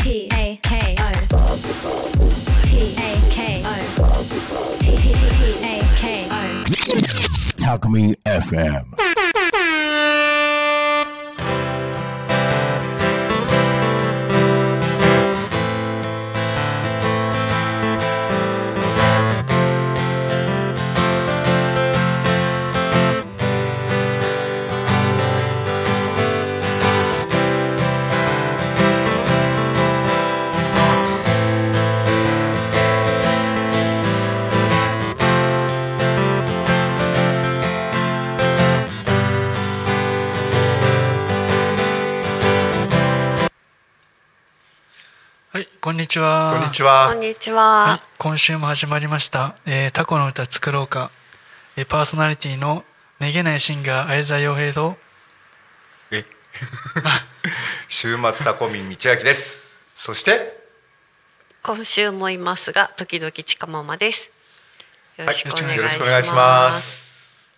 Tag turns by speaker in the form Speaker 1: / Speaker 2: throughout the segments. Speaker 1: P A K O P A K O P A K O
Speaker 2: Talk FM.
Speaker 3: はい、こんにちは。
Speaker 4: こんにち
Speaker 5: こ
Speaker 4: は
Speaker 5: ん。にち
Speaker 3: はい
Speaker 5: は。
Speaker 3: 今週も始まりました、えータコの歌作ろうか、えーパーソナリティのめげないシンガー相沢洋平と
Speaker 4: え、週末タコミン道明です。そして
Speaker 5: 今週もいますが、時々近ママです。よろしくお願い
Speaker 4: よろしくお願いし
Speaker 5: し
Speaker 4: ま
Speaker 5: ます。
Speaker 4: す。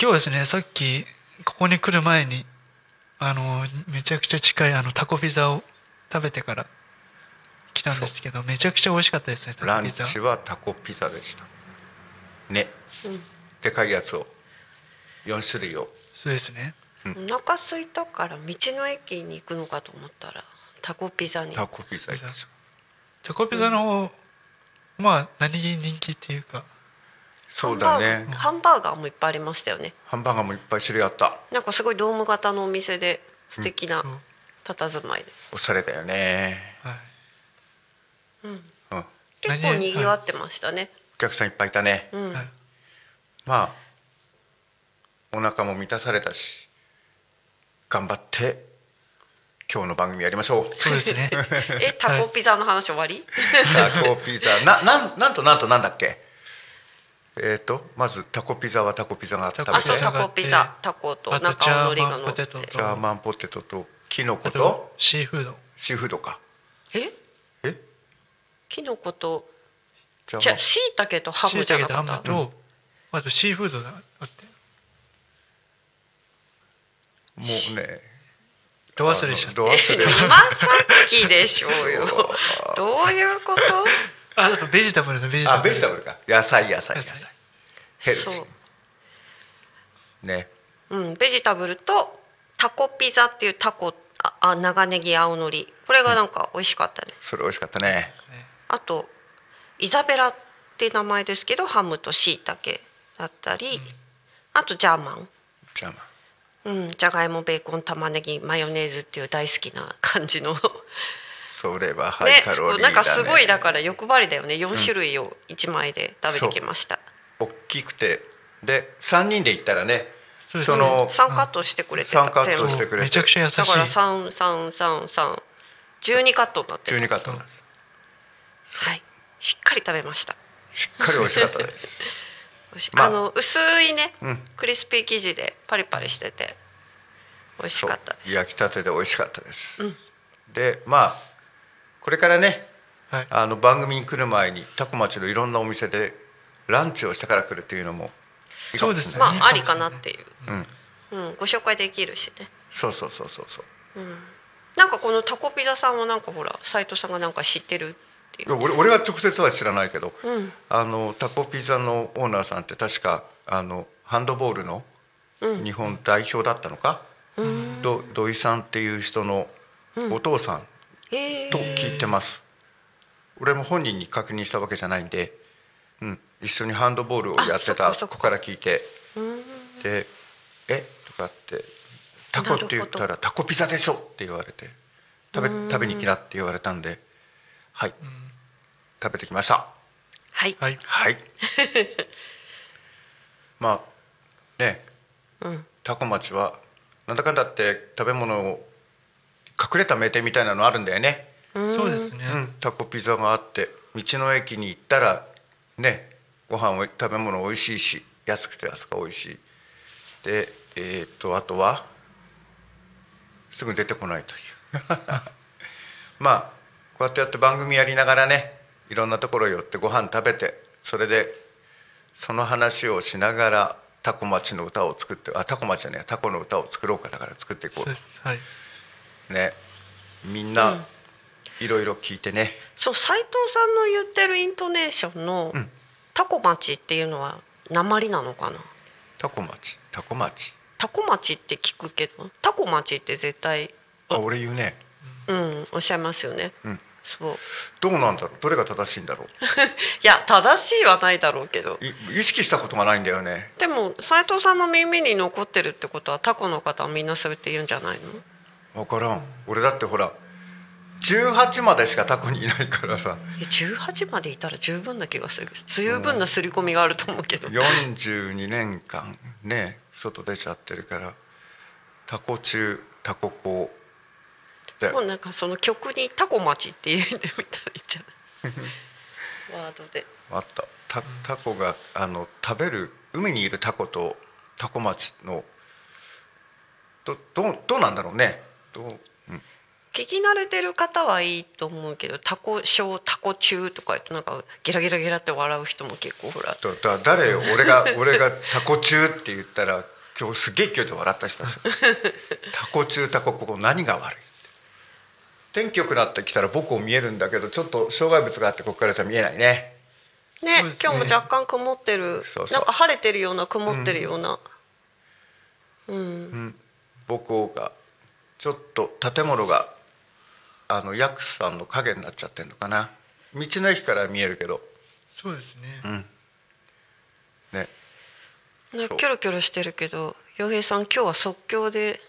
Speaker 3: 今日ですねさっきここに来る前にあのめちゃくちゃ近いあのタコピザを食べてから来たんですけどめちゃくちゃ美味しかったですねタ
Speaker 4: ラ
Speaker 3: コ
Speaker 4: ン
Speaker 3: ピザ
Speaker 4: チはタコピザでした。ね、でかいやつを四種類を。
Speaker 3: そうですね
Speaker 5: お腹空いたから道の駅に行くのかと思ったら、タコピザに。
Speaker 4: タコピザいたでしょ
Speaker 3: タコピザの、まあ何気に人気っていうか
Speaker 4: そうだね。
Speaker 5: ハンバーガーハンバーガーもいっぱいありましたよね。
Speaker 4: ハンバーガーもいっぱい種類あった。
Speaker 5: なんかすごいドーム型のお店で素敵な
Speaker 3: そう
Speaker 5: 佇まいで、
Speaker 4: おしゃれだよね。
Speaker 3: はい
Speaker 4: うん。お
Speaker 5: 結構
Speaker 3: 何
Speaker 5: 賑わってましたね。
Speaker 4: 客さんいっぱいいたね。
Speaker 5: うん、
Speaker 3: はい
Speaker 4: まあお腹も満たされたし、頑張って今日の番組やりましょう。
Speaker 3: そうです ね
Speaker 5: え、タコピザの話終わり？
Speaker 4: タコピザななんなんとなんとなんだっけえっ、とまずタコピザはタコピザが食べ
Speaker 3: タコ
Speaker 5: あ、
Speaker 4: て
Speaker 3: ピ
Speaker 5: そ
Speaker 3: ザ
Speaker 5: うタコピザ、タコと
Speaker 3: あとジ
Speaker 5: 中
Speaker 3: ャ
Speaker 5: のりが
Speaker 3: ーマ
Speaker 5: 乗
Speaker 3: ンポ
Speaker 5: っ
Speaker 3: テ
Speaker 5: て。
Speaker 3: ト
Speaker 4: ジ
Speaker 3: と
Speaker 4: ャーマンポテトとキノコ
Speaker 3: あと
Speaker 4: と
Speaker 3: シーフード
Speaker 4: シーフードか
Speaker 5: え、
Speaker 4: え
Speaker 5: キノコと
Speaker 4: ジャ
Speaker 5: じ
Speaker 4: ーマ
Speaker 5: ゃあ
Speaker 4: ン
Speaker 5: 椎茸とハ
Speaker 3: し
Speaker 5: ム
Speaker 3: い
Speaker 5: じ
Speaker 3: た
Speaker 5: ゃ
Speaker 3: け
Speaker 5: な
Speaker 3: と
Speaker 5: か
Speaker 3: ハ
Speaker 5: っ
Speaker 3: ム
Speaker 5: た。
Speaker 3: と、あとシーフードがあって
Speaker 4: もうね
Speaker 3: ど忘れしちゃった
Speaker 4: ど忘れ
Speaker 5: 今さっきでしょう よ。どういうこと？
Speaker 3: ああとベジタブルだベジタ
Speaker 4: あ
Speaker 3: ブ
Speaker 4: ベ
Speaker 3: ル
Speaker 4: ジタブルか野菜野菜
Speaker 3: 野
Speaker 4: 野
Speaker 3: 菜
Speaker 4: 菜ヘルシ
Speaker 5: そ
Speaker 4: ーね
Speaker 5: う、うん、ベジタブルとタコピザっていうタコああ長ネギ青のりこれがなんか美味しかったね。
Speaker 4: それ美味しかったね
Speaker 5: あとイザベラって名前ですけどハムと椎茸だったり、あとジャーマン。
Speaker 4: ジャーマン
Speaker 5: うん、じゃがいもベーコン玉ねぎマヨネーズっていう大好きな感じの、
Speaker 4: それはハイ
Speaker 5: ね
Speaker 4: カロリーだ、ね、
Speaker 5: なんかすごいだから欲張りだよね4種類を1枚で食べてきました、
Speaker 4: 大きくてで三人で行ったらね
Speaker 3: そ
Speaker 4: そ
Speaker 3: です
Speaker 4: う
Speaker 3: ね
Speaker 4: の
Speaker 5: 3カットしてくれて
Speaker 4: うん
Speaker 5: た
Speaker 4: 三カット
Speaker 5: 全部
Speaker 4: して
Speaker 5: だか
Speaker 4: くれ
Speaker 3: めちゃくちゃ優しい
Speaker 5: ら333312カットになって
Speaker 4: 12
Speaker 5: る
Speaker 4: カットなんです
Speaker 5: はいしっかり食べました
Speaker 4: しっかり美味しかったです
Speaker 5: 美味し
Speaker 4: まあ
Speaker 5: あの薄いね、
Speaker 4: うん
Speaker 5: クリスピー生地でパリパリしてて美味しかった
Speaker 4: そう焼きたてで美味しかったです、でまあこれからね
Speaker 3: はい
Speaker 4: あの番組に来る前にタコ町のいろんなお店でランチをしてから来るっていうのもいいかもしれな
Speaker 3: そうで
Speaker 4: い
Speaker 3: すね
Speaker 5: ま
Speaker 3: いい
Speaker 5: ああ
Speaker 3: も
Speaker 5: り
Speaker 3: しれ
Speaker 5: か
Speaker 3: ない
Speaker 5: なっていう、
Speaker 4: うん、
Speaker 5: うん、ご紹介できるしね
Speaker 4: そうそうそうそうそう
Speaker 5: なんかこのタコピザさんはなんかほら斎藤さんがなんか知ってるってい
Speaker 4: いうや俺俺は直接は知らないけど、
Speaker 5: うん
Speaker 4: あのタコピザのオーナーさんって確かあのハンドボールの日本代表だったのか、ど土井さんっていう人のお父さん
Speaker 5: えー
Speaker 4: と聞いてます、俺も本人に確認したわけじゃないんで、うん、一緒にハンドボールをやってた
Speaker 5: あそっかそっか
Speaker 4: 子から聞いてで「えとかって「タコって言った
Speaker 5: なる
Speaker 4: らタコピザでしょ」って言われて「食べ食べに来な」って言われたんで「はい食べてきました」
Speaker 5: はい、
Speaker 3: はい
Speaker 4: はいまあね
Speaker 5: うん、
Speaker 4: タコ町はなんだかんだって食べ物を隠れた名店みたいなのあるんだよね。
Speaker 3: そうですね、
Speaker 4: うん、タコピザがあって道の駅に行ったらねご飯おい食べ物美味しいし安くてあそこ美味しいでえっ、とあとはすぐ出てこないという まあこうやってやって番組やりながらねいろんなところ寄ってご飯食べてそれでその話をしながらタコ町の歌を作ってあタコ町じゃねえタコの歌を作ろうかだから作っていこ
Speaker 3: そうですはい、
Speaker 4: うねみんないろいろ聞いてね、
Speaker 5: そう斉藤さんの言ってるイントネーションの
Speaker 4: ん
Speaker 5: 「タコ町」っていうのは鉛なのかな
Speaker 4: タコ町タコ町
Speaker 5: タコ町って聞くけどタコ町って絶対
Speaker 4: あ俺言うね
Speaker 5: うんおっしゃいますよね、
Speaker 4: ん
Speaker 5: そう
Speaker 4: どうなんだろうどれが正しいんだろ
Speaker 5: いや正しいはないだろうけど
Speaker 4: うい意識したことがないんだよね
Speaker 5: でも斉藤さんの耳に残ってるってことはタコの方はみんなそうやって言うんじゃないの
Speaker 4: 分からん俺だってほら18までしかタコにいないからさ
Speaker 5: え18までいたら十分な気がする十分な刷り込みがあると思うけど、
Speaker 4: 42年間ね外出ちゃってるからタコ中タコ校で
Speaker 5: もうなんかその曲に「タコ町」って入れてみたらいいんじゃ ないワードで
Speaker 4: あったタタコがあの食べる海にいるタコとタコ町のどどうどうなんだろうねどう、うん、
Speaker 5: 聞き慣れてる方はいいと思うけど「タコ小タコ中」とか言ってなんかギラギラギラって笑う人も結構ほら
Speaker 4: だだ誰よ俺が俺がタコ中って言ったら今日すげえ勢いで笑った人ですタコ中タコここ何が悪い天気良くなってきたら僕を見えるんだけどちょっと障害物があってここからじゃ見えないね
Speaker 5: ね
Speaker 3: そうですね
Speaker 5: 今日も若干曇ってる
Speaker 4: そうそう
Speaker 5: なんか晴れてるような曇ってるような、
Speaker 4: 僕がちょっと建物があのヤクスさんの影になっちゃってんのかな道の駅からは見えるけど
Speaker 3: そうですね、
Speaker 4: ね
Speaker 5: ね
Speaker 4: そう
Speaker 5: キョロキョロしてるけど洋平さん今日は即興で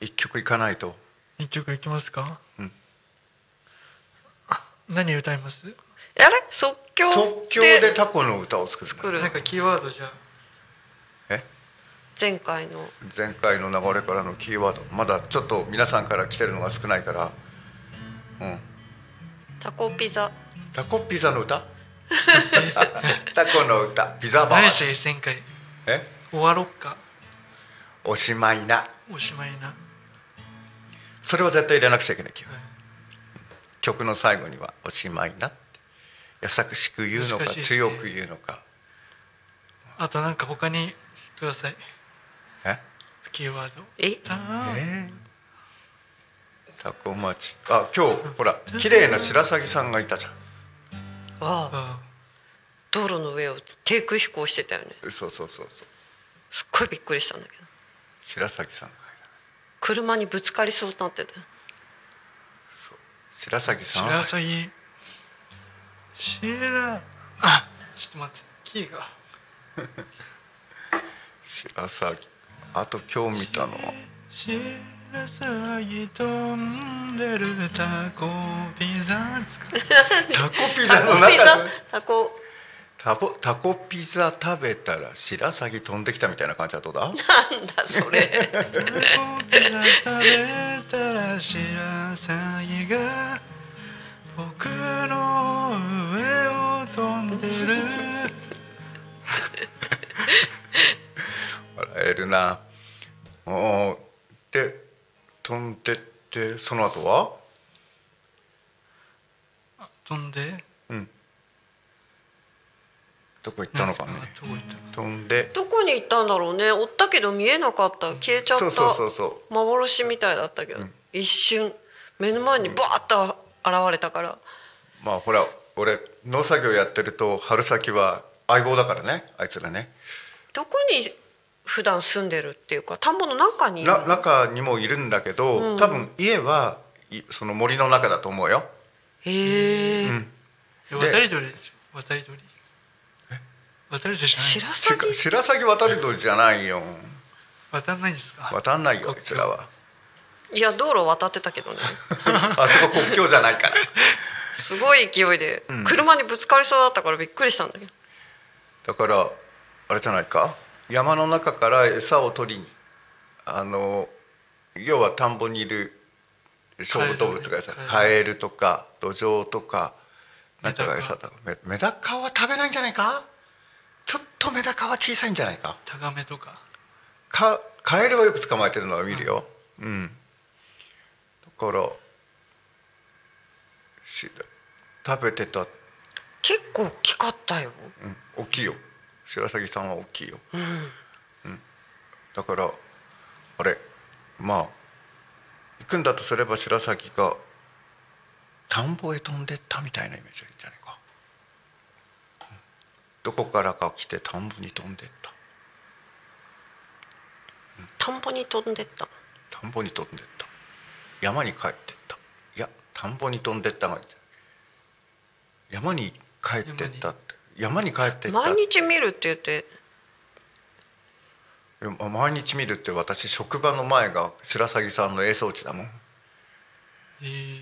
Speaker 4: 一曲行かないと
Speaker 3: 一曲いきますか、
Speaker 4: うん
Speaker 3: あ何歌います
Speaker 5: あれ即興って
Speaker 4: 即興でタコの歌を作るんだ
Speaker 5: 作る
Speaker 3: なんかキーワードじゃ
Speaker 4: え
Speaker 5: 前回の
Speaker 4: 前回の流れからのキーワードまだちょっと皆さんから来てるのが少ないから、うん、
Speaker 5: タコピザ
Speaker 4: タコピザの歌 タコの歌ピザバ
Speaker 3: 何
Speaker 4: ー
Speaker 3: して前回
Speaker 4: え
Speaker 3: 終わろっか
Speaker 4: おしまいな
Speaker 3: おしまいな
Speaker 4: それは絶対入れなくちゃいけない気が曲の最後には「おしまいな」って優しく言うのか、
Speaker 3: 難しいですね
Speaker 4: 強く言うのか
Speaker 3: あとなんか他にください
Speaker 4: え
Speaker 3: キーワード
Speaker 5: え
Speaker 3: あー
Speaker 4: えータコ町あ今日ほら綺麗な白鷺さんがいたじゃん
Speaker 5: ああ
Speaker 3: あ
Speaker 5: 道路の上を低空飛行してたよね
Speaker 4: そうそうそうそう
Speaker 5: すっごいびっくりしたんだけど
Speaker 4: 白鷺さんがいた
Speaker 5: 車にぶつかりそうになってた
Speaker 4: そう白鷺さん
Speaker 3: 白鷺白あちょっと待ってキーが
Speaker 4: 白鷺あと今日見たのは
Speaker 3: 白鷺飛んでるタコピザ使う
Speaker 4: タコピ
Speaker 5: タ
Speaker 4: ザ
Speaker 5: コ
Speaker 4: の
Speaker 5: ピザ
Speaker 4: 中で
Speaker 5: タコ
Speaker 4: タコタコピザ食べたら白鷺飛んできたみたいな感じはどうだ
Speaker 5: なんだそれ
Speaker 3: タコピザ食べたら白鷺が僕の上を飛んでる
Speaker 4: 笑えるなおーで飛んでってその後は
Speaker 3: 飛んで
Speaker 4: どこ行ったのかね
Speaker 3: なんすどこ行ったの
Speaker 4: 飛んで
Speaker 5: どこに行ったんだろうね追ったけど見えなかった消えちゃっ
Speaker 4: そう
Speaker 5: た
Speaker 4: そうそうそ
Speaker 5: 幻みたいだったけど、一瞬目の前にバーッと現れたから、
Speaker 4: うまあほら俺農作業やってると春先は相棒だからねあいつらね
Speaker 5: どこに普段住んでるっていうか田んぼの中にいる
Speaker 4: な中にもいるんだけど、多分家はいその森の中だと思うよ
Speaker 5: へえ、
Speaker 3: え渡り鳥でしょ渡り鳥渡り鳥じゃ
Speaker 5: 白
Speaker 3: ない
Speaker 4: しか
Speaker 5: 鷺
Speaker 4: 白鷺渡り鳥じゃないよ
Speaker 3: 渡んないんですか
Speaker 4: 渡んないよあいつらは
Speaker 5: いや道路渡ってたけ どね
Speaker 4: あそこ国境じゃないから
Speaker 5: すごい勢いで車にぶつかりそうだったからびっくりしたんだけど、
Speaker 4: だからあれじゃないか山の中から餌を取りにあの要は田んぼにいる小動物が餌
Speaker 3: カ
Speaker 4: カエルとか土壌とかなんかが
Speaker 3: メダ
Speaker 4: 餌だメメダカは食べないんじゃないかちょっとメダカは小さいんじゃないか
Speaker 3: タガメとか
Speaker 4: かカエルはよく捕まえてるのは見るよ、うんだからし食べてた、
Speaker 5: 結構大きかったよ
Speaker 4: うん、大きいよ白鷺さんは大きいよ
Speaker 5: うん
Speaker 4: だからあれまあ行くんだとすれば白崎が田んぼへ飛んでったみたいなイメージがいいんじゃないか、うんどこからか来て田んぼに飛んでった
Speaker 5: 田んぼに飛んでった
Speaker 4: 田んぼに飛んでった山に帰ってったいや田んぼに飛んでったがいいんじゃない山に帰ってったって山に帰ってった
Speaker 5: 毎日見るって言って
Speaker 4: いやま毎日見るって私職場の前が白鷺さんの映装地だもん
Speaker 3: えー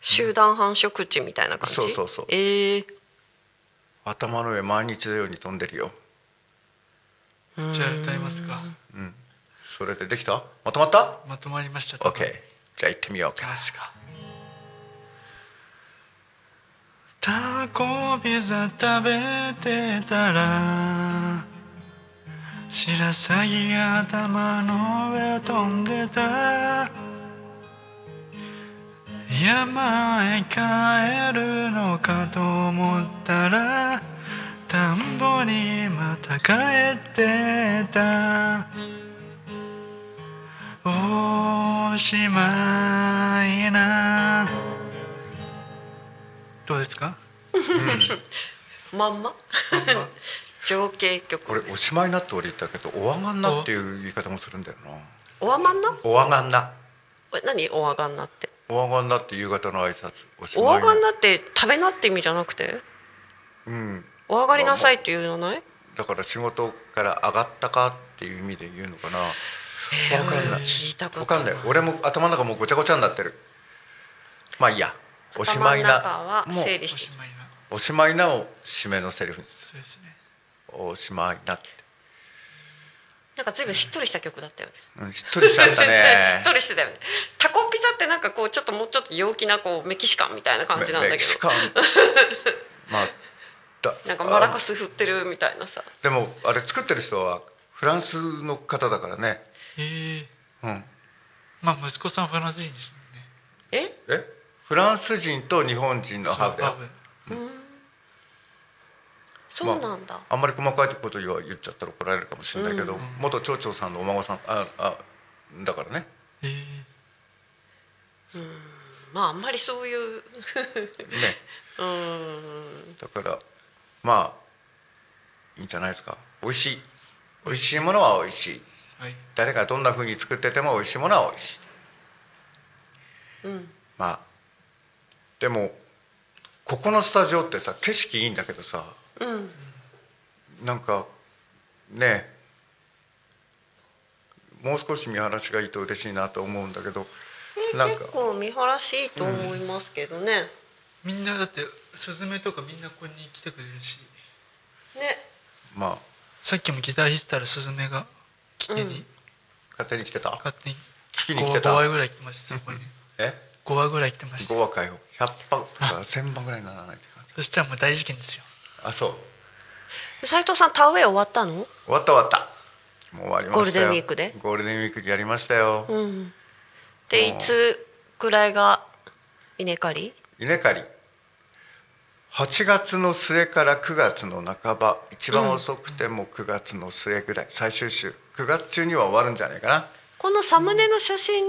Speaker 5: 集団繁殖地みたいな感じ、
Speaker 4: そうそうそう
Speaker 5: ええ
Speaker 4: 頭の上毎日のように飛んでるよ
Speaker 3: じゃあ歌いますか
Speaker 4: それでできたまとまった
Speaker 3: まとまりました
Speaker 4: ?OK
Speaker 3: い
Speaker 4: じゃあ行ってみよう
Speaker 3: き
Speaker 4: か
Speaker 3: ますかタコピザ食べてたら白鷺が頭の上を飛んでた山へ帰るのかと思ったら田んぼにまた帰ってたおしまいなどうですか
Speaker 5: まんま 情景曲
Speaker 4: これおしまいなって俺言ったけどおわがんなっていう言い方もするんだよな
Speaker 5: おわまんな
Speaker 4: おわがんな
Speaker 5: え何おわがんなって
Speaker 4: おわがんなって夕方の挨拶おし
Speaker 5: お
Speaker 4: ま
Speaker 5: わ
Speaker 4: い
Speaker 5: がんなって食べなって意味じゃなくて
Speaker 4: うん
Speaker 5: お上がりなさいっていうのない
Speaker 4: だから仕事から上がったかっていう意味で言うのかなわかんない
Speaker 5: 聞いたこと
Speaker 4: わかんない俺も頭の中もうごちゃごちゃになってるまあいいやおしまいな
Speaker 5: 頭の中は
Speaker 4: もう
Speaker 5: 整理
Speaker 3: お
Speaker 5: し
Speaker 3: してまいな
Speaker 4: おしまいなを締めのセリフに
Speaker 3: そうですね
Speaker 4: おしまいなって、
Speaker 5: なんかずいぶんしっとりした曲だったよね
Speaker 4: うん、しっとりしちゃったね
Speaker 5: しっとりしてたよねタコピザってなんかこうちょっともうちょっと陽気なこうメキシカンみたいな感じなんだけ
Speaker 4: メキシ
Speaker 5: ど
Speaker 4: カン まあだ
Speaker 5: なんかマラカス振ってるみたいなさ
Speaker 4: あでもあれ作ってる人はフランスの方だからね
Speaker 3: えー、
Speaker 4: うん
Speaker 3: まあ息子さんフランス人ですもんね
Speaker 5: え
Speaker 4: えフランス人と日本人のハーフだよ
Speaker 3: そう
Speaker 5: そうなんだ、
Speaker 4: まあ、あんまり細かいことは言っちゃったら怒られるかもしれないけど、元町長さんのお孫さんああだからね
Speaker 3: えー、
Speaker 5: まああんまりそういう
Speaker 4: ね
Speaker 5: うーん
Speaker 4: だからまあいいんじゃないですか美味しい美味しいものは美味しい
Speaker 3: はい
Speaker 4: 誰がどんなふうに作ってても美味しいものは美味しい、まあでもここのスタジオってさ景色いいんだけどさ、なんかねえもう少し見晴らしがいいと嬉しいなと思うんだけどなんか
Speaker 5: 結構見晴らしいと思いますけどね、
Speaker 3: みんなだってスズメとかみんなここに来てくれるし
Speaker 5: ね
Speaker 4: まあ
Speaker 3: さっきもギター弾いてたらスズメが来てに、
Speaker 4: 勝手に来てた
Speaker 3: 勝手に
Speaker 4: 聞きに来てた
Speaker 3: 5羽ぐらい来てましたそこに
Speaker 4: え
Speaker 3: 5羽ぐらい来てました
Speaker 4: 5話かよ100羽とか1000羽ぐらいにならないって感じ
Speaker 3: そしたらもう大事件ですよ
Speaker 4: あそう
Speaker 5: 斉藤さん田植え終わったの
Speaker 4: 終わった終わったもう終わりましたよ
Speaker 5: ゴールデンウィークで
Speaker 4: ゴールデンウィークでやりましたよ、
Speaker 5: うんでいつくらいが稲刈り
Speaker 4: 稲刈り8月の末から9月の半ば一番遅くても9月の末ぐらい、最終週9月中には終わるんじゃないか
Speaker 5: このサムネの写真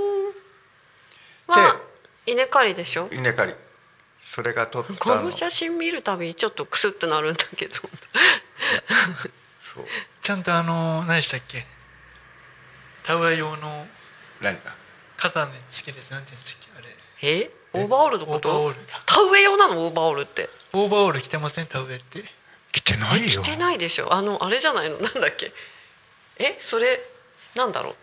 Speaker 5: は稲刈りでしょ
Speaker 4: な稲刈りそれが撮ったの
Speaker 5: この写真見るたびちょっとクスってなるんだけど
Speaker 4: そう
Speaker 3: ちゃんとあの何でしたっけ田植え用の
Speaker 4: 何か
Speaker 3: 肩につけるやつなんて言うんでしたっけあれ
Speaker 5: えオーバーオールのこ
Speaker 3: オーバーオ
Speaker 5: と
Speaker 3: ール
Speaker 5: 田植え用なのオーバーオールって
Speaker 3: オーバーオール着てません田植えって
Speaker 4: 来てない
Speaker 5: 着
Speaker 4: よ
Speaker 5: てないでしょあのあれじゃないのなんだっけえそれなんだろう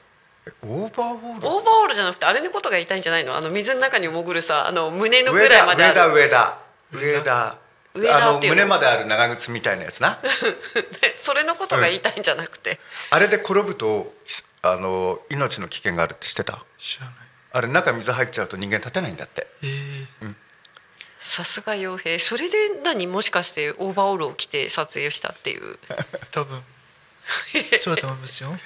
Speaker 4: オーバーオール
Speaker 5: オーバーオールじゃなくてあれのことが言いたいんじゃないのあの水の中に潜るさあの胸のぐらいまで
Speaker 4: 上
Speaker 5: あ
Speaker 4: だ
Speaker 5: る
Speaker 4: 上だ上だ
Speaker 5: 上田
Speaker 4: あの
Speaker 5: っていうの
Speaker 4: 胸まである長靴みたいなやつな
Speaker 5: それのことが言いたいんじゃなくて、
Speaker 4: あれで転ぶとあの命の危険があるって知ってた
Speaker 3: 知らない
Speaker 4: あれ中水入っちゃうと人間立てないんだって
Speaker 3: えー
Speaker 5: さすが傭兵それで何もしかしてオーバーオールを着て撮影したっていう
Speaker 3: 多分そうだと思いますよ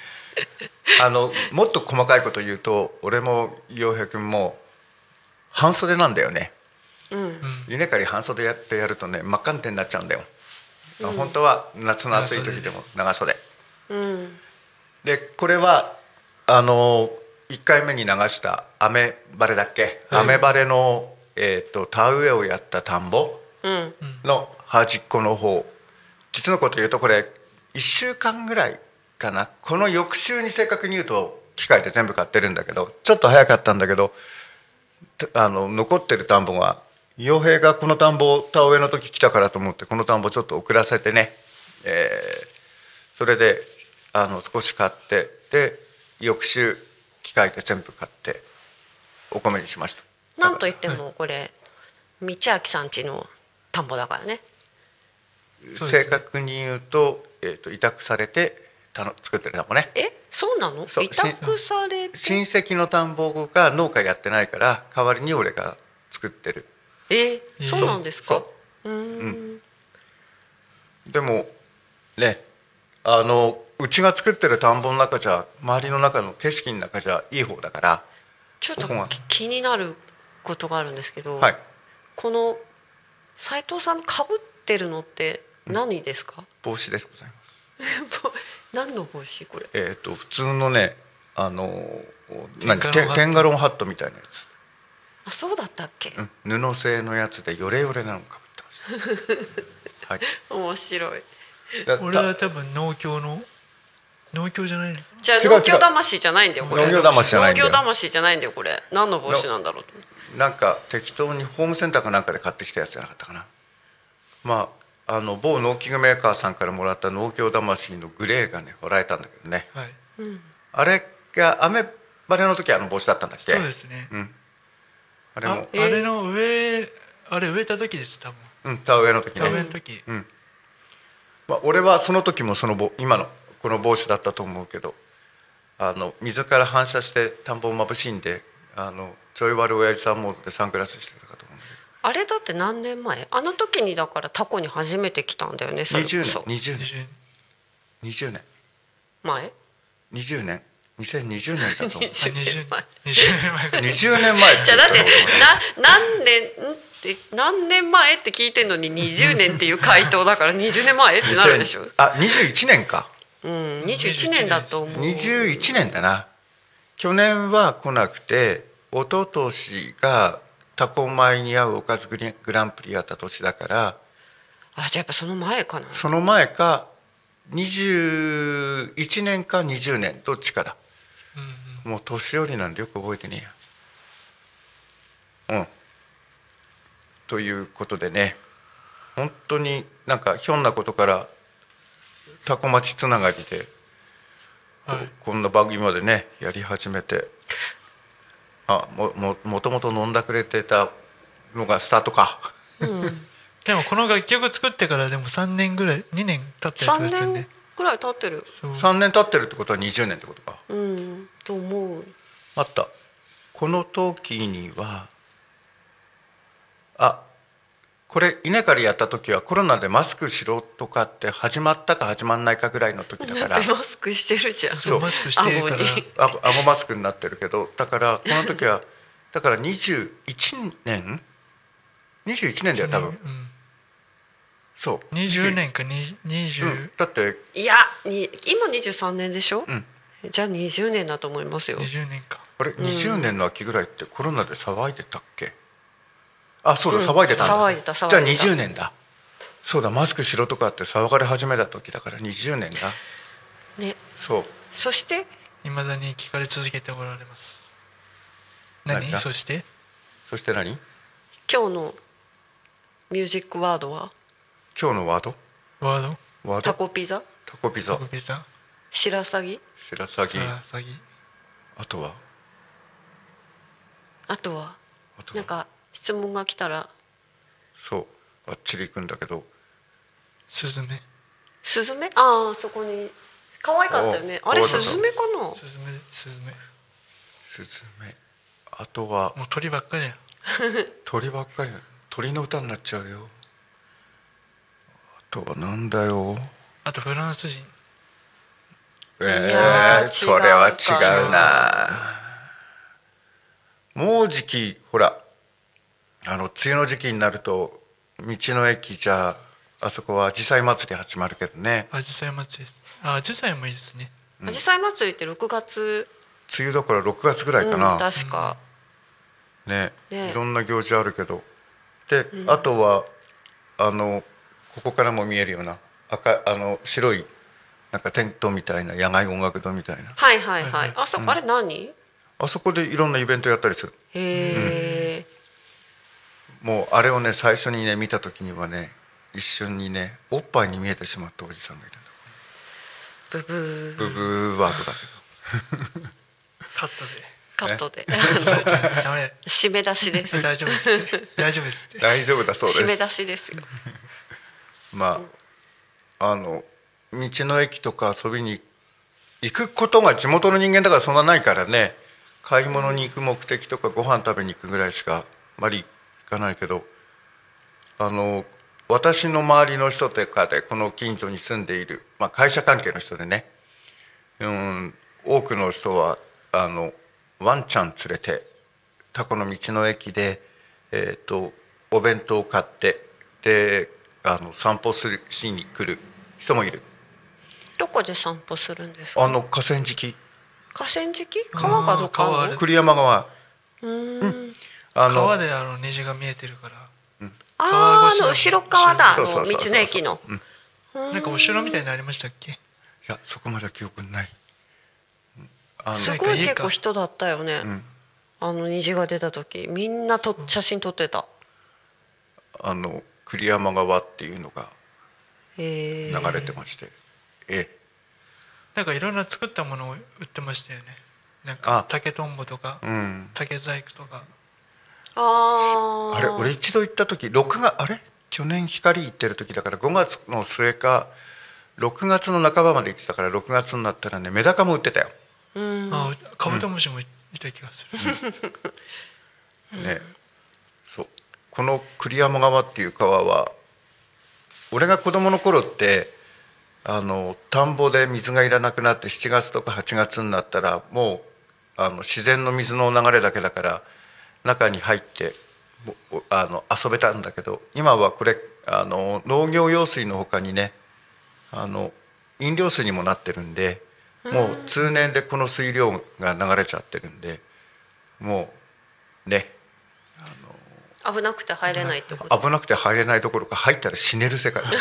Speaker 4: あのもっと細かいこと言うと俺も洋平君も半袖なんだよね、稲刈り半袖やってやるとね真っ赤ん手になっちゃうんだよ、本当は夏の暑い時でも長袖でこれはあの1回目に流した「雨晴れ」だっけ、
Speaker 3: はい
Speaker 4: 雨晴れのえー、と田植えをやった田んぼ
Speaker 5: うん
Speaker 4: の端っこの方実のこと言うとこれ1週間ぐらいかなこの翌週に正確に言うと機械で全部買ってるんだけどちょっと早かったんだけどたあの残ってる田んぼが洋平がこの田んぼを田植えの時来たからと思ってこの田んぼちょっと遅らせてね、えーそれであの少し買ってで翌週機械で全部買ってお米にしました。
Speaker 5: なんといってもこれ道明さん家の田んぼだからね
Speaker 3: そうですね
Speaker 4: 正確に言うと,、えー、と委託されてたの作ってる田んぼね
Speaker 5: えそうなの
Speaker 4: そう
Speaker 5: 委託されて
Speaker 4: 親戚の田んぼが農家やってないから代わりに俺が作ってる
Speaker 5: え
Speaker 3: うん
Speaker 5: そうなんですか
Speaker 4: そう
Speaker 5: ーん
Speaker 4: でもねあのうちが作ってる田んぼの中じゃ周りの中の景色の中じゃいい方だから
Speaker 5: ちょっと
Speaker 4: ここが
Speaker 5: き気になることがあるんですけど、
Speaker 4: はい
Speaker 5: この斉藤さんかぶってるのって何ですか、
Speaker 4: 帽子ですございます
Speaker 5: ぼ何の帽子これ
Speaker 4: えっ、と普通のねあの何
Speaker 3: テンガロンハット
Speaker 4: テンテンガロンハットみたいなやつ、
Speaker 5: あそうだったっけ、
Speaker 4: うん、布製のやつでヨレヨレなのかぶってま した、はい
Speaker 5: 面白い
Speaker 4: だ
Speaker 3: 俺は多分農協の農協じゃないの
Speaker 5: じゃあ
Speaker 4: 違う
Speaker 5: 農協魂じゃないんだよこれ
Speaker 4: 農業魂じゃないんだよ
Speaker 5: 農業魂じゃないんだよこれ何の帽子なんだろうと思って
Speaker 4: なんか適当にホームセンターかなんかで買ってきたやつじゃなかったかなまああの某農機具メーカーさんからもらった農協魂のグレーがねもらえたんだけどね
Speaker 3: はい
Speaker 4: あれが雨晴れの時はあの帽子だったんだっけ
Speaker 3: そうですね
Speaker 4: うんあれも
Speaker 3: ああれの上あれ植えた時です多分
Speaker 4: うん田植えの時
Speaker 3: 田植えの
Speaker 4: ね、
Speaker 3: 時
Speaker 4: うんまあ、俺はその時もその帽今のこの帽子だったと思うけどあの水から反射して田んぼ眩しいんであのちょい悪親父さんモードでサングラスしてたかと思うんだけど
Speaker 5: あれだって何年前あの時にだからタコに初めて来たんだよねそれこ
Speaker 4: 20
Speaker 5: そ
Speaker 4: 年20年
Speaker 3: 20年
Speaker 4: 20年
Speaker 5: 前
Speaker 4: 20年2020年だと 思う
Speaker 5: 20年前
Speaker 3: あ20 20年前ぐらい
Speaker 4: 20年前
Speaker 5: じゃあだって
Speaker 4: 言ったら
Speaker 5: な何年んって何年前って聞いてんのに20年っていう回答だから20年前ってなるでしょ
Speaker 4: 2000あ21年か
Speaker 5: うん21年だと思う
Speaker 4: 21年だな去年は来なくて一昨年がタコ米に合うおかずグリグランプリやった年だから
Speaker 5: あじゃあやっぱその前かな
Speaker 4: その前か21年か20年どっちかだ
Speaker 3: うんうん
Speaker 4: もう年寄りなんでよく覚えてねえや。うん。ということでね本当になんかひょんなことからタコ町つながりで、
Speaker 3: はい
Speaker 4: こんな番組までねやり始めてあもももともと飲んだくれてたのがスタートか。
Speaker 3: でもこの楽曲作ってからでも3年ぐらい2年経ってるやつで
Speaker 5: 3
Speaker 3: すよ
Speaker 5: 年
Speaker 3: ね
Speaker 5: くらい経ってる
Speaker 3: そう
Speaker 4: 3年経ってるってことは20年ってことか。
Speaker 5: うんと思う
Speaker 4: あったこの時にはあこれ稲刈りやった時はコロナでマスクしろとかって始まったか始まんないかぐらいの時だから
Speaker 5: だってマスクしてるじゃん
Speaker 4: そう
Speaker 3: マスクしてるから
Speaker 5: 顎に
Speaker 4: あ顎マスクになってるけどだからこの時はだから21年21年だよ多分
Speaker 3: うん
Speaker 4: そう
Speaker 3: 20年か
Speaker 4: か、
Speaker 3: に
Speaker 4: う
Speaker 3: 20
Speaker 4: ん、だって
Speaker 5: いやに今23年でしょ、
Speaker 4: うん
Speaker 5: じゃあ20年だと思いますよ
Speaker 3: 20年か
Speaker 4: あれ20年の秋ぐらいってコロナで騒いでたっけあそうだ騒いでたんだ、
Speaker 5: 騒いでた騒いでた
Speaker 4: じゃあ20年だそうだマスクしろとかって騒がれ始めた時だから20年だ
Speaker 5: ね
Speaker 4: そう
Speaker 5: そして
Speaker 3: いまだに聞かれ続けておられます
Speaker 4: 何
Speaker 3: 何
Speaker 4: が
Speaker 3: そして
Speaker 4: そして何
Speaker 5: 今日のミュージックワードは
Speaker 4: 今日のワード
Speaker 3: ワード
Speaker 4: ワード
Speaker 5: タコピザ
Speaker 4: タコピザ
Speaker 3: 小木さん
Speaker 5: 白鷺
Speaker 4: 白鷺
Speaker 3: さあさぎ
Speaker 4: あとは
Speaker 5: あとは
Speaker 4: あとは
Speaker 5: なんか質問が来たら
Speaker 4: そうあっちり行くんだけど
Speaker 3: スズメ
Speaker 5: スズメああそこに可愛かったよね
Speaker 4: お
Speaker 5: あれ
Speaker 4: 可愛か
Speaker 5: ス
Speaker 4: った
Speaker 5: ズメかな
Speaker 3: スズメスズメ
Speaker 4: スズメあとは
Speaker 3: もう鳥ばっかりや
Speaker 4: 鳥ばっかりだ鳥の歌になっちゃうよあとはなんだよ
Speaker 3: あとフランス人
Speaker 5: い
Speaker 4: え
Speaker 5: や
Speaker 4: ー、
Speaker 5: ー
Speaker 4: それは違
Speaker 5: 違
Speaker 4: う
Speaker 5: う
Speaker 4: なもうじきほらあの梅雨の時期になると道の駅じゃあそこは紫陽花祭り始まるけどね
Speaker 3: アジサイ祭りですあアジサイもいいですね
Speaker 5: アジサイ祭りって6月
Speaker 4: 梅雨どころ6月ぐらい
Speaker 5: うん
Speaker 4: かな、
Speaker 5: 確か
Speaker 4: ね
Speaker 5: ね
Speaker 4: いろんな行事あるけどで、あとはあのここからも見えるような赤いあの白いなんかテントみたいな野外音楽堂みたいな
Speaker 5: はいはい
Speaker 3: は
Speaker 5: はい
Speaker 3: はい
Speaker 5: い。あそこあれ何？
Speaker 4: あそこでいろんなイベントやったりする
Speaker 5: へえ。
Speaker 4: もうあれをね最初にね見た時にはね一瞬にねおっぱいに見えてしまったおじさんがいる
Speaker 5: ブブー
Speaker 4: のブブーワードだけど
Speaker 3: カット
Speaker 5: カット で
Speaker 3: でダメ
Speaker 5: 締め出しです。
Speaker 3: 大丈夫です って大丈夫ですって
Speaker 4: 大丈夫だそうです
Speaker 5: 締め出しですよ。
Speaker 4: まああの道の駅とか遊びに行くことが地元の人間だからそんなないからね買い物に行く目的とかご飯食べに行くぐらいしかあまり行かないけどあの私の周りの人とかでこの近所に住んでいる、まあ、会社関係の人でねうん多くの人はあのワンちゃん連れてタコの道の駅で、えー、とお弁当を買ってであの散歩するしに来る人もいる
Speaker 5: どこで散歩するんですか？
Speaker 4: あの河川敷
Speaker 5: 河川敷？川がどっかあ
Speaker 3: うん
Speaker 5: る
Speaker 3: 川ある
Speaker 5: の？
Speaker 4: 栗山川
Speaker 5: うーん。
Speaker 4: あの
Speaker 3: 川であの虹が見えてるから川
Speaker 5: あ
Speaker 3: 越
Speaker 5: ー
Speaker 3: し
Speaker 5: あ
Speaker 3: の
Speaker 5: の後ろ側だあ
Speaker 4: そ
Speaker 5: の
Speaker 4: うそう
Speaker 5: 道
Speaker 4: そうそう
Speaker 5: の駅の
Speaker 4: うん
Speaker 3: なんかお城みたいになりましたっけ
Speaker 4: いやそこまでは記憶にないうんあの
Speaker 5: すごい結構人だったよね、
Speaker 4: ん
Speaker 5: あの虹が出た時みんなと写真撮ってた、
Speaker 4: あの栗山川っていうのが
Speaker 5: え
Speaker 4: 流
Speaker 5: ー、
Speaker 4: れてまして、ええ
Speaker 3: なんかいろんな作ったものを売ってましたよねなん
Speaker 4: あ
Speaker 3: か竹とんぼとか
Speaker 4: うん
Speaker 3: 竹細工とか
Speaker 5: あー
Speaker 4: あれ俺一度行った時6月あれ去年光行ってる時だから5月の末か6月の半ばまで行ってたから6月になったらねメダカも売ってたよ、
Speaker 3: あカブトムシもいた気がする
Speaker 4: ねそうこの栗山川っていう川は俺が子供の頃ってあの田んぼで水がいらなくなって7月とか8月になったらもうあの自然の水の流れだけだから中に入ってもうあの遊べたんだけど今はこれあの農業用水のほかにねあの飲料水にもなってるんでもう通年でこの水量が流れちゃってるんでもうね
Speaker 5: 危なくて入れないってこと
Speaker 4: 危なくて入れないどころか入ったら死ねる世界 だね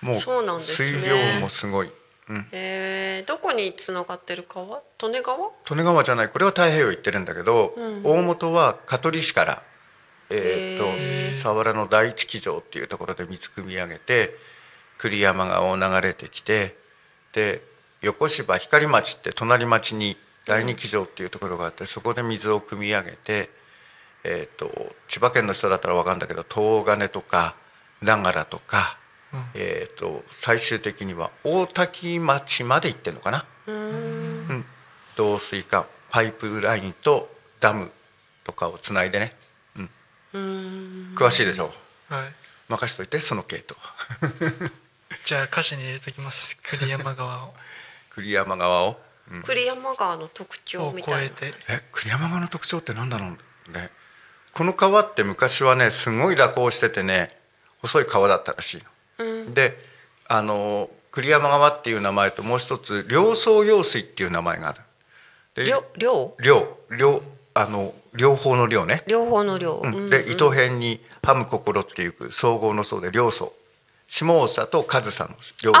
Speaker 4: も
Speaker 5: そうなんですね
Speaker 4: 水量もすごい、うん、
Speaker 5: えー、どこにつながってる川利根川
Speaker 4: 利根川じゃないこれは太平洋行ってるんだけど、
Speaker 5: うん
Speaker 4: 大元は香取市から、えーと
Speaker 5: へー
Speaker 4: 佐原の第一基上っていうところで水汲み上げて栗山川を流れてきてで横芝光町って隣町に第二基上っていうところがあって、そこで水を汲み上げて、えー、と千葉県の人だったら分かるんだけど東金とか長良とか、
Speaker 3: うん
Speaker 4: えー、と最終的には大多喜町まで行ってるのかな。
Speaker 5: うーん
Speaker 4: うん、導水管パイプラインとダムとかをつないでね、うん、
Speaker 5: うーん
Speaker 4: 詳しいでしょう
Speaker 3: はい
Speaker 4: 任しといてその系統
Speaker 3: じゃあ歌詞に入れときます栗山 川を
Speaker 4: 栗山川を、うん
Speaker 5: 栗山川の特徴
Speaker 3: を
Speaker 5: み
Speaker 3: 越
Speaker 5: たい
Speaker 3: え
Speaker 5: な
Speaker 3: て
Speaker 4: え栗山川の特徴って何だろうねこの川って昔はねすごい蛇行しててね細い川だったらしいの。であの栗山川っていう名前ともう一つ両層用水っていう名前がある。で
Speaker 5: 両両
Speaker 4: 両両あの両方の両ね。
Speaker 5: 両方の両、
Speaker 4: うん、で伊藤編に「ハム心」っていう総合の層で両層下尾佐と上総の両層
Speaker 5: あ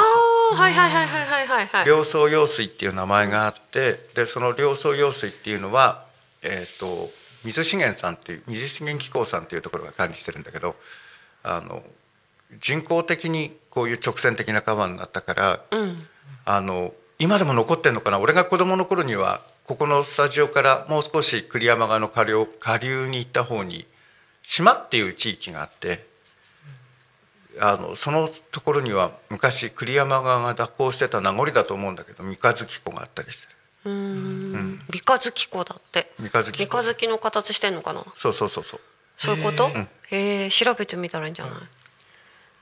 Speaker 5: あはいはいはいはいはいはいはい
Speaker 4: 両層用水っていう名前があってでその両層用水っていうのは、えー、と水資源さんっていう水資源機構さんっていうところが管理してるんだけどあの人工的にこういう直線的な川になったから、
Speaker 5: うん
Speaker 4: あの今でも残ってんのかな俺が子供の頃にはここのスタジオからもう少し栗山川の下流下流に行った方に島っていう地域があってあのそのところには昔栗山川が蛇行してた名残だと思うんだけど三日月湖があったりする
Speaker 5: うーん三日月湖だって
Speaker 4: 三日月
Speaker 5: 三
Speaker 4: 湖
Speaker 5: 日月の形してんのかな
Speaker 4: そうそうそうそう
Speaker 5: そういうこと
Speaker 3: うん
Speaker 5: へえ調べてみたらいいんじゃない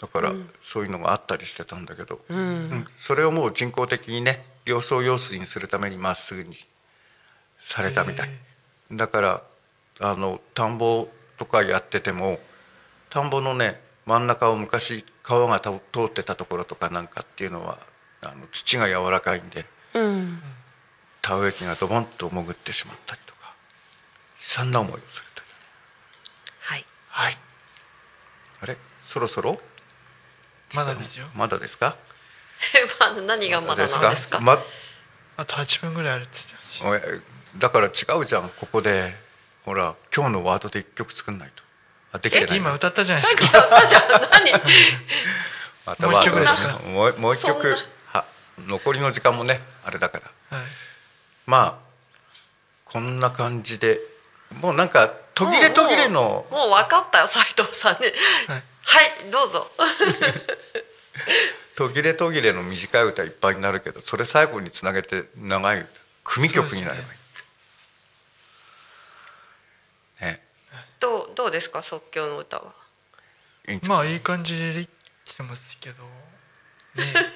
Speaker 4: だからそういうのがあったりしてたんだけど、
Speaker 5: う
Speaker 4: うんんそれをもう人工的にね両層用水にするためにまっすぐにされたみたい、だからあの田んぼとかやってても田んぼのね真ん中を昔川がた通ってたところとかなんかっていうのはあの土が柔らかいんで
Speaker 5: うん
Speaker 4: 田植え機がドボンと潜ってしまったりとか惨な思いをするという
Speaker 5: はい
Speaker 4: はいあれそろそろ
Speaker 3: まだですよ
Speaker 4: まだですか
Speaker 5: まあ何がまだなんですか
Speaker 4: ま
Speaker 3: あと8分ぐらいあるって言ってまし
Speaker 4: おやだから違うじゃんここでほら今日のワードで一曲作んないとあできて
Speaker 3: た
Speaker 4: ない
Speaker 3: 今
Speaker 4: な
Speaker 3: 歌ったじゃないで
Speaker 5: さ
Speaker 3: す
Speaker 5: っき
Speaker 3: か
Speaker 5: やったじゃん何
Speaker 4: また
Speaker 3: もう一
Speaker 4: ワー
Speaker 3: 曲
Speaker 4: ド
Speaker 3: ですか
Speaker 4: もうもう一
Speaker 5: そん
Speaker 4: 曲
Speaker 5: な
Speaker 4: は残りの時間もねあれだから
Speaker 3: はい
Speaker 4: まあこんな感じでもうなんか 途切れ途切れの
Speaker 5: もうもう分かったよ斉藤さんね
Speaker 3: はい
Speaker 5: はいどうぞ
Speaker 4: 途切れ途切れの短い歌いっぱいになるけどそれ最後につなげて長い歌組曲になればいい
Speaker 3: そうで。
Speaker 4: ね
Speaker 5: どうどうですか即興の歌は
Speaker 3: まあいい感じで来てますけどね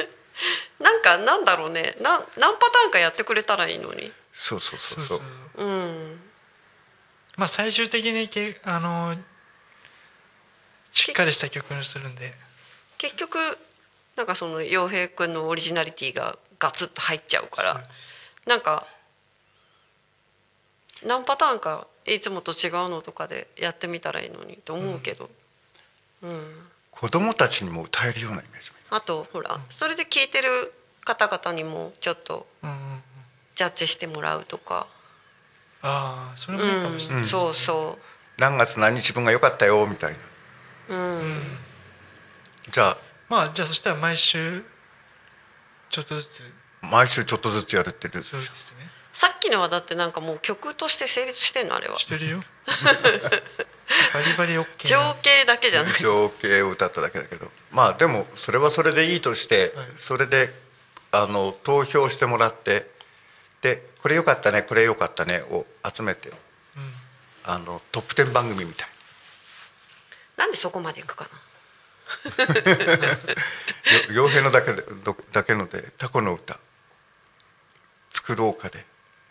Speaker 5: なんかなんだろうねなん何パターンかやってくれたらいいのに
Speaker 4: そうそうそうそう
Speaker 5: うん
Speaker 3: まあ最終的にけあのしっかりした曲にするんで
Speaker 5: 結局なんかその洋平くんのオリジナリティがガツッと入っちゃうからなんか何パターンかいつもと違うのとかでやってみたらいいのにと思うけど、うん
Speaker 4: 子供たちにも歌えるようなイメージもいい
Speaker 5: あとほらそれで聞いてる方々にもちょっと
Speaker 3: うんうんうん
Speaker 5: ジャッジしてもらうとか、
Speaker 3: ああそれ
Speaker 5: う
Speaker 3: もいいかもしれない
Speaker 5: ん、
Speaker 3: です
Speaker 5: そうそ
Speaker 4: 何月何日分が良かったよみたいな
Speaker 5: う、うん
Speaker 4: じゃ
Speaker 3: まあじゃあそしたら毎週ちょっとずつ
Speaker 4: あ毎週ちょっとずつやるってる
Speaker 3: そうです ね
Speaker 5: さっきのはだってなんかもう曲として成立してんのあれは
Speaker 3: してるよバリバリ OK
Speaker 5: 情
Speaker 3: な
Speaker 5: 景だけじゃない
Speaker 4: 情景を歌っただけだけどまあでもそれはそれでいいとして、
Speaker 3: はい
Speaker 4: それであの投票してもらってでこれ良かったねこれ良かったねを集めて
Speaker 3: うん
Speaker 4: あのトップ10番組みたい
Speaker 5: なんでそこまでいくかな
Speaker 4: よ傭兵のだけでどだけので「タコの歌」「作ろうか」で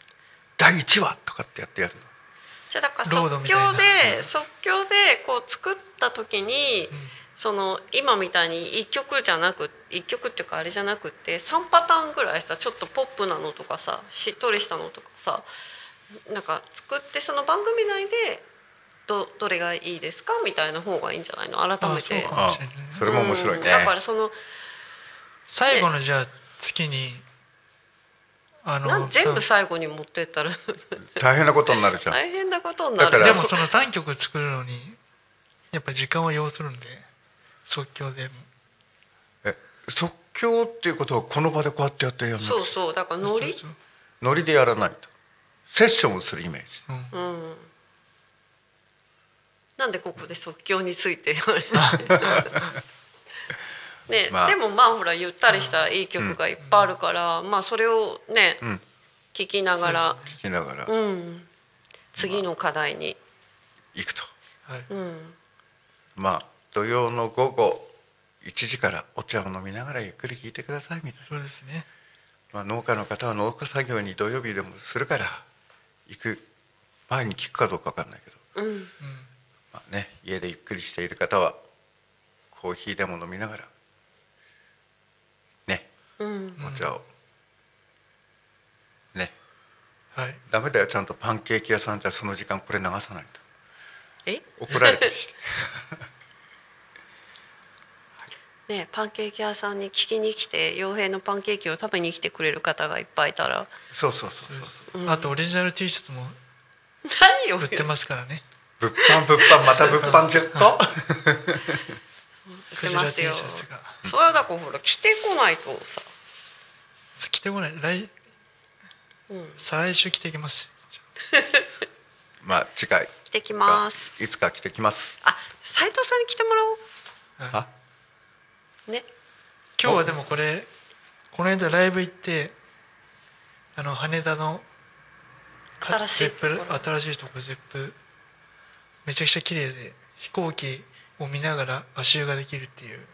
Speaker 4: 「第1話」とかってやってやるの
Speaker 5: じゃあだから
Speaker 3: ロード
Speaker 5: 即
Speaker 3: みた
Speaker 5: 興
Speaker 3: いな
Speaker 5: で即興でこう作った時に、その今みたいに1曲じゃなく一曲っていうかあれじゃなくって3パターンぐらいさちょっとポップなのとかさしっとりしたのとかさなんか作ってその番組内でどどれがいいですかみたいな方がいいんじゃないの改め
Speaker 3: あそう
Speaker 5: て。
Speaker 3: か
Speaker 4: あ
Speaker 3: 面白いね
Speaker 4: あそれも面白いね、
Speaker 5: うんだからその
Speaker 3: 最後のじゃあ月にあ
Speaker 5: なん
Speaker 3: の
Speaker 5: 全部
Speaker 3: さ
Speaker 5: 最後に持ってったら
Speaker 4: 大変なことになるじゃん、
Speaker 5: 大変なことになる
Speaker 4: だから
Speaker 3: でもその3曲作るのにやっぱ時間を要するんで即興でも
Speaker 4: え即興っていうことはこの場でこうやってやってやる
Speaker 5: そうそうだからノリ
Speaker 3: そうそう
Speaker 4: ノリでやらないとセッションをするイメージ
Speaker 5: うんなんでここで即興についてね、
Speaker 4: まあ
Speaker 5: でもまあほらゆったりしたいい曲がいっぱいあるから、まあそれをね、
Speaker 4: ん
Speaker 5: 聞きながら
Speaker 3: そう
Speaker 5: う、
Speaker 4: 聞きながら
Speaker 5: ん、次の課題に、
Speaker 4: 行くと、
Speaker 3: はい
Speaker 5: うん、
Speaker 4: まあ土曜の午後1時からお茶を飲みながらゆっくり聞いてくださいみたいな、
Speaker 3: そうですね
Speaker 4: まあ、農家の方は農家作業に土曜日でもするから行く前に聞くかどうか分かんないけど、
Speaker 5: うん、
Speaker 4: まあね、家でゆっくりしている方はコーヒーでも飲みながらね
Speaker 5: うん、
Speaker 4: お茶を、ね
Speaker 3: はい
Speaker 4: ダメだよちゃんとパンケーキ屋さんじゃその時間これ流さない
Speaker 5: え
Speaker 4: と怒られてきて
Speaker 5: ねパンケーキ屋さんに聞きに来て傭兵のパンケーキを食べに来てくれる方がいっぱいいたら
Speaker 4: そうそうそうそう
Speaker 3: あとオリジナル T シャツも
Speaker 5: 何を
Speaker 3: 売ってますからね
Speaker 4: 物販物販また物販じゃんと
Speaker 5: 売
Speaker 3: ク
Speaker 5: って
Speaker 3: ジラ
Speaker 5: ま
Speaker 3: T シ
Speaker 5: す
Speaker 3: ャ
Speaker 5: よ
Speaker 3: ツが
Speaker 5: それはだからほら着てこないとさ
Speaker 3: 着てこない来、再来週着てきます
Speaker 4: まあ次回
Speaker 5: 着てきます
Speaker 4: いつか来てきます
Speaker 5: あ、斉藤さんに来てもら
Speaker 4: あ
Speaker 5: おう。ね。
Speaker 3: 今日はでもこれこの間ライブ行ってあの羽田のか
Speaker 5: 新しい
Speaker 3: ゼップ
Speaker 5: ところ
Speaker 3: 新しいとこゼップめちゃくちゃ綺麗で飛行機を見ながら足湯ができるっていう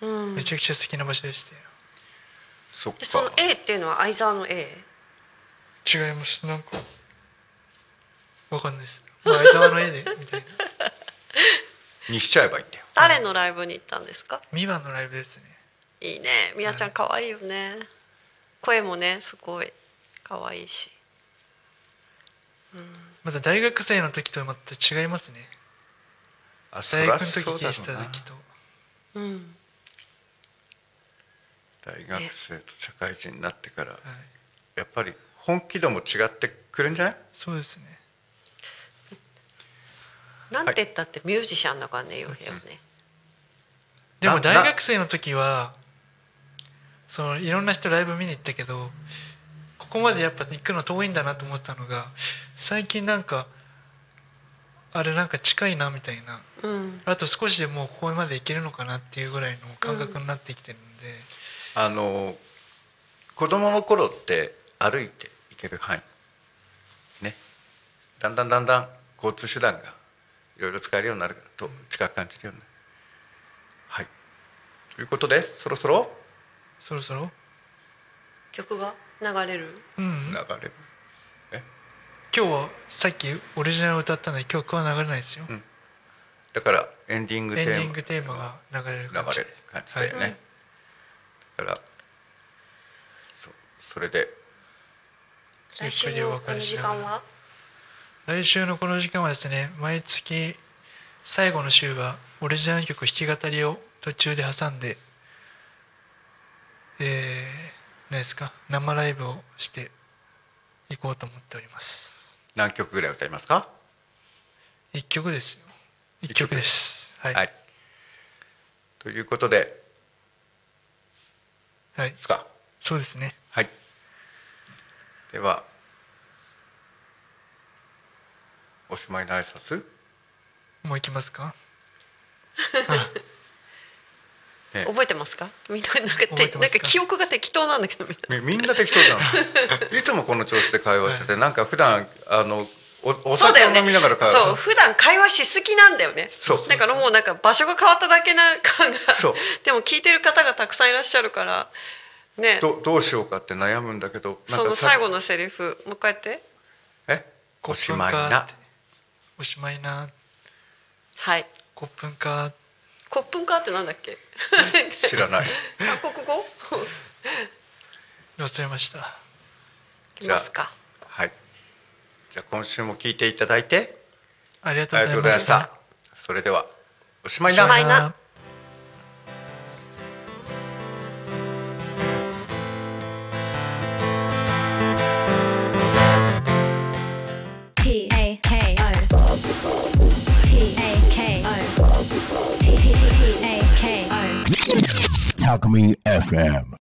Speaker 5: うん。
Speaker 3: めちゃくちゃ素敵な場所でしたよ
Speaker 4: そっか
Speaker 5: で、その A っていうのは相沢の A。
Speaker 3: 違いますなんかわかんないですもう相沢の絵 でみたいな
Speaker 4: にしちゃえばいいんだよ
Speaker 5: 誰のライブに行ったんですか。
Speaker 3: ミバのライブですね
Speaker 5: いいね、みやちゃん可愛いよね。声もね、すごい可愛いし。
Speaker 3: また大学生の時とはまた違いますね
Speaker 4: あそ
Speaker 3: 大
Speaker 4: りゃ
Speaker 3: 学の時
Speaker 4: そうだ
Speaker 3: 聞
Speaker 4: ろ
Speaker 3: いて
Speaker 4: う
Speaker 3: た
Speaker 4: な
Speaker 3: 時と
Speaker 5: うん
Speaker 4: 大学生と社会人になってから、
Speaker 3: はい
Speaker 4: やっぱり本気度も違ってくるんじゃない
Speaker 3: そうですね
Speaker 5: なんて言ったってミュージシャンだからね洋平はね
Speaker 3: でも
Speaker 4: な
Speaker 3: 大学生の時はそのいろんな人ライブ見に行ったけどここまでやっぱ行くの遠いんだなと思ったのが最近なんかあれなんか近いなみたいな
Speaker 5: うん
Speaker 3: あと少しでもうここまで行けるのかなっていうぐらいの感覚になってきてるんで、
Speaker 4: あの子供の頃って歩いて行ける範囲ねだんだんだんだん交通手段がいろいろ使えるようになるからと近く感じるようになる。はいということでそろそろ
Speaker 3: そろそろ
Speaker 5: 曲が流れる
Speaker 3: うん
Speaker 4: 流れる、
Speaker 3: 今日はさっきオリジナルを歌ったので曲は流れないですよ、
Speaker 4: だからエンディング
Speaker 3: エ
Speaker 4: テ
Speaker 3: ンディン
Speaker 4: ー
Speaker 3: グテーマが流れる感
Speaker 4: マ流
Speaker 3: じ
Speaker 4: れる感じだよね、
Speaker 3: はい
Speaker 4: だからそそれで
Speaker 5: 来週
Speaker 3: ゆっくりお
Speaker 5: のこ
Speaker 3: 別
Speaker 5: の
Speaker 3: れし
Speaker 5: 時
Speaker 3: ながら
Speaker 5: 間は
Speaker 3: 来週のこの時間はですね毎月最後の週はオリジナル曲弾き語りを途中で挟んでえー、何ですか生ライブをしていこうと思っております
Speaker 4: 何曲ぐらい歌いますか
Speaker 3: 一曲ですよ一曲ですはい
Speaker 4: は
Speaker 3: はい、
Speaker 4: い。ということで、ですか。
Speaker 3: そうですね
Speaker 4: はい。では、おしまいの挨拶、
Speaker 3: もう行きますか
Speaker 4: ええ
Speaker 5: 覚えてますかみんななんか
Speaker 3: 覚え
Speaker 5: て
Speaker 3: て
Speaker 5: な
Speaker 3: ま
Speaker 5: ん
Speaker 3: すか
Speaker 5: か記憶が適当なんだけどみんな
Speaker 4: みみんな適当だ な。いつもこの調子で会話してて、なんか普段あのおお
Speaker 5: そうだ
Speaker 4: 酒を
Speaker 5: よね
Speaker 4: 飲みながら会話
Speaker 5: そう
Speaker 4: す
Speaker 5: 普段会話しすぎなんだよね
Speaker 4: そうそうそう
Speaker 5: だからもうなんか場所が変わっただけな感が
Speaker 4: そう
Speaker 5: でも聞いてる方がたくさんいらっしゃるからね
Speaker 4: るどどうしようかって悩むんだけど、なんか
Speaker 5: その最後のセリフもう一回やって
Speaker 4: えおしまいな
Speaker 3: コップンカーっておしまいな
Speaker 5: はい
Speaker 3: コップンカー
Speaker 5: コップンカーってなんだっ け
Speaker 4: 知らない。
Speaker 5: 韓国語
Speaker 3: 忘れました
Speaker 5: いきますか
Speaker 4: はい。じゃあ今週も聞いていただいて
Speaker 3: ありがと
Speaker 4: あ
Speaker 3: う
Speaker 4: り
Speaker 3: ご
Speaker 4: が
Speaker 3: ざいま
Speaker 4: とうございま
Speaker 3: し
Speaker 4: したた。それではおしまい
Speaker 5: おし
Speaker 4: な
Speaker 5: ま。いな
Speaker 1: P-A-K-O P-A-K-O P-P-P-A-K-O
Speaker 2: Talk Me FM.